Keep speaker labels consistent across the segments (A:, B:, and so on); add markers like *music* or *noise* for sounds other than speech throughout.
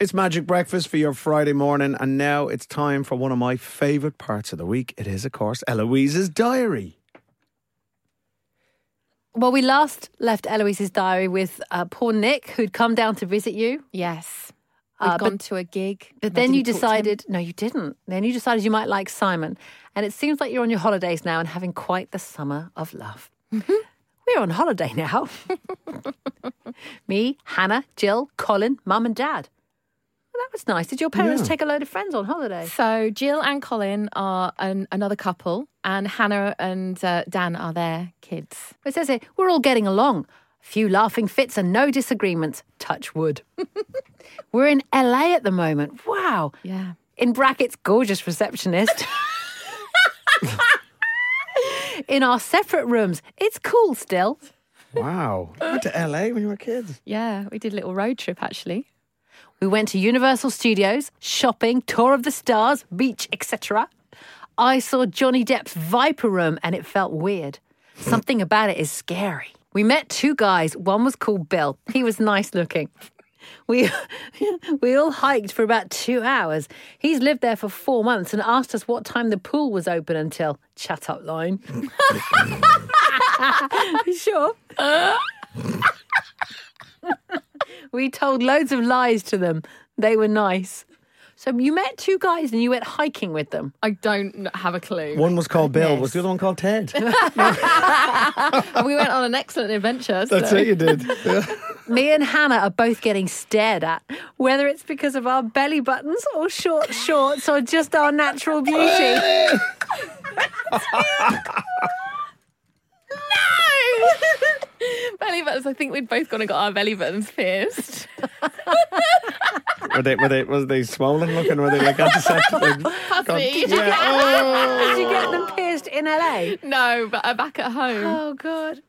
A: It's Magic Breakfast for your Friday morning, and now it's time for one of my favourite parts of the week. It is, of course, Eloise's diary.
B: Well, we last left Eloise's diary with uh, poor Nick, who'd come down to visit you.
C: Yes. We've
B: Uh, but-
C: gone to a gig.
B: But
C: and I
B: then you
C: didn't talk to him.
B: decided, no, you didn't. Then you decided you might like Simon. And it seems like you're on your holidays now and having quite the summer of love.
C: Mm-hmm.
B: We're on holiday now. *laughs* Me, Hannah, Jill, Colin, Mum, and Dad. Well, that was nice. Did your parents
A: Yeah.
B: take a load of friends on holiday?
C: So Jill and Colin are an, another couple, and Hannah and uh, Dan are their kids.
B: It says here, we're all getting along. Few laughing fits and no disagreements. Touch wood. *laughs* we're in LA at the moment. Wow.
C: Yeah.
B: in brackets, gorgeous receptionist. in our separate rooms. It's cool still.
A: *laughs* Wow. You went to LA when you were kids.
C: Yeah, we did a little road trip actually.
B: We went to Universal Studios, shopping, tour of the stars, beach, etc. I saw Johnny Depp's Viper Room and it felt weird. Something about it is scary. We met two guys. One was called Bill. He was nice looking. We *laughs* we all hiked for about 2 hours. He's lived there for 4 months and asked us what time the pool was open until chat up line. *laughs* sure. We told loads of lies to them. They were nice. So you met two guys and you went hiking with them.
C: I don't kn- have a clue.
A: One was called Bill, was the other one called Ted?
C: And we went on an excellent adventure.
A: *laughs*
C: So. *laughs*
A: That's what you did. *laughs*
B: Me and Hannah are both getting stared at, whether it's because of our belly buttons or short shorts or just our natural beauty.
C: *laughs* belly buttons. I think we'd both gone and got our belly buttons *laughs* pierced.
A: were they were they was they swollen looking? Were they like antiseptic?
C: Puffy.
A: yeah. *laughs* Oh.
B: Did you get them pierced in LA?
C: No, but I'm back at home.
B: Oh, God.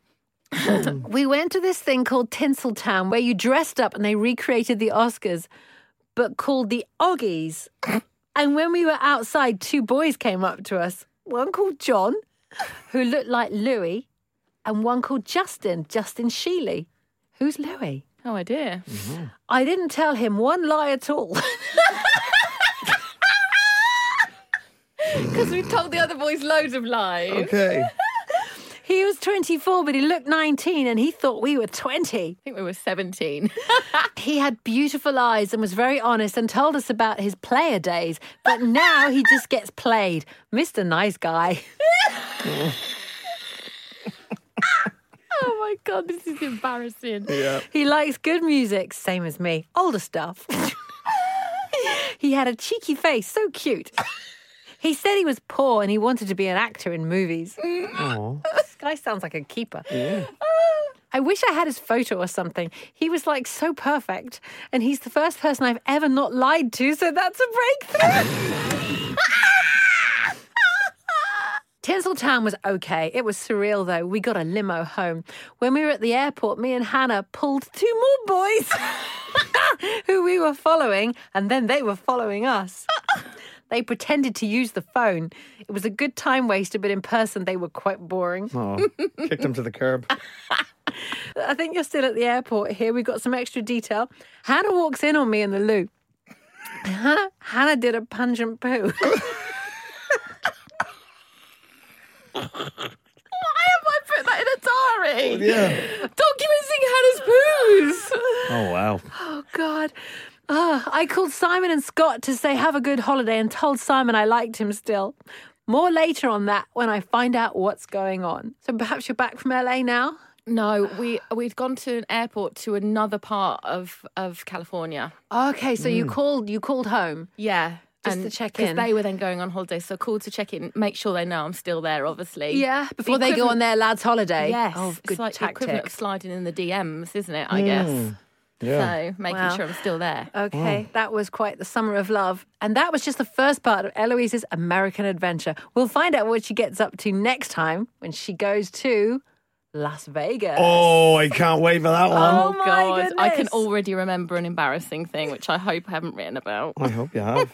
B: we went to this thing called Tinseltown where you dressed up and they recreated the Oscars, but called the Oggies. and when we were outside, two boys came up to us one called John, who looked like Louis, and one called Justin, Justin Sheely. Who's Louis?
C: Oh, I dear.
B: I didn't tell him one lie at all. *laughs*
C: Because we told the other boys loads of
A: Oh.
C: lies. I
A: Okay.
B: he was 24, but he looked 19 and he thought we were 20.
C: think we were *laughs* 17.
B: He had beautiful eyes and was very honest and told us about his player days, but now he just gets played. Mr. Nice Guy. *laughs*
C: oh my God, this is embarrassing.
A: Yeah.
B: He likes good music, same as me, older stuff. *laughs* he had a cheeky face, so cute. He said he was poor and he wanted to be an actor in movies.
A: Oh.
B: *laughs* This guy sounds like a keeper. I wish I had his photo or something. He was like so perfect, and he's the first person I've ever not lied to, so that's a breakthrough. Tinseltown was okay. It was surreal though. We got a limo home. When we were at the airport, me and Hannah pulled two more boys *laughs* who we were following, and then they were following us. They pretended to use the phone. It was a good time waster, but in person they were quite boring.
A: Oh. Kicked him to the curb.
B: I think you're still at the airport here. We've got some extra detail. Hannah walks in on me in the loo. Hannah, Hannah did a pungent poo. *laughs*
C: Why have I put that in a diary?
A: Yeah.
C: Documenting Hannah's poos.
A: Oh wow.
B: Oh, God. Ah, I called Simon and Scott to say have a good holiday and told Simon I liked him still. More later on that when I find out what's going on. So perhaps you're back from LA now?
C: No, we we'd gone to an airport to another part of of California.
B: Okay, so you called you called home.
C: Yeah.
B: Just to check
C: because
B: in.
C: they were then going on holiday, so I called to check in, make sure they know I'm still there, obviously.
B: Before they go on their lad's holiday.
C: Yes,
B: Oh, good
C: it's like the equivalent
B: tactic.
C: of sliding in the DMs, isn't it? I guess.
A: Yeah.
C: So making
B: Wow.
C: sure I'm still there.
B: Okay, that was quite the summer of love. And that was just the first part of Eloise's American adventure. We'll find out what she gets up to next time when she goes to Las Vegas.
A: Oh, I can't wait for that one.
B: Oh my
C: God, I can
B: goodness.
C: already remember an embarrassing thing, which I hope I haven't written about.
A: I hope you have.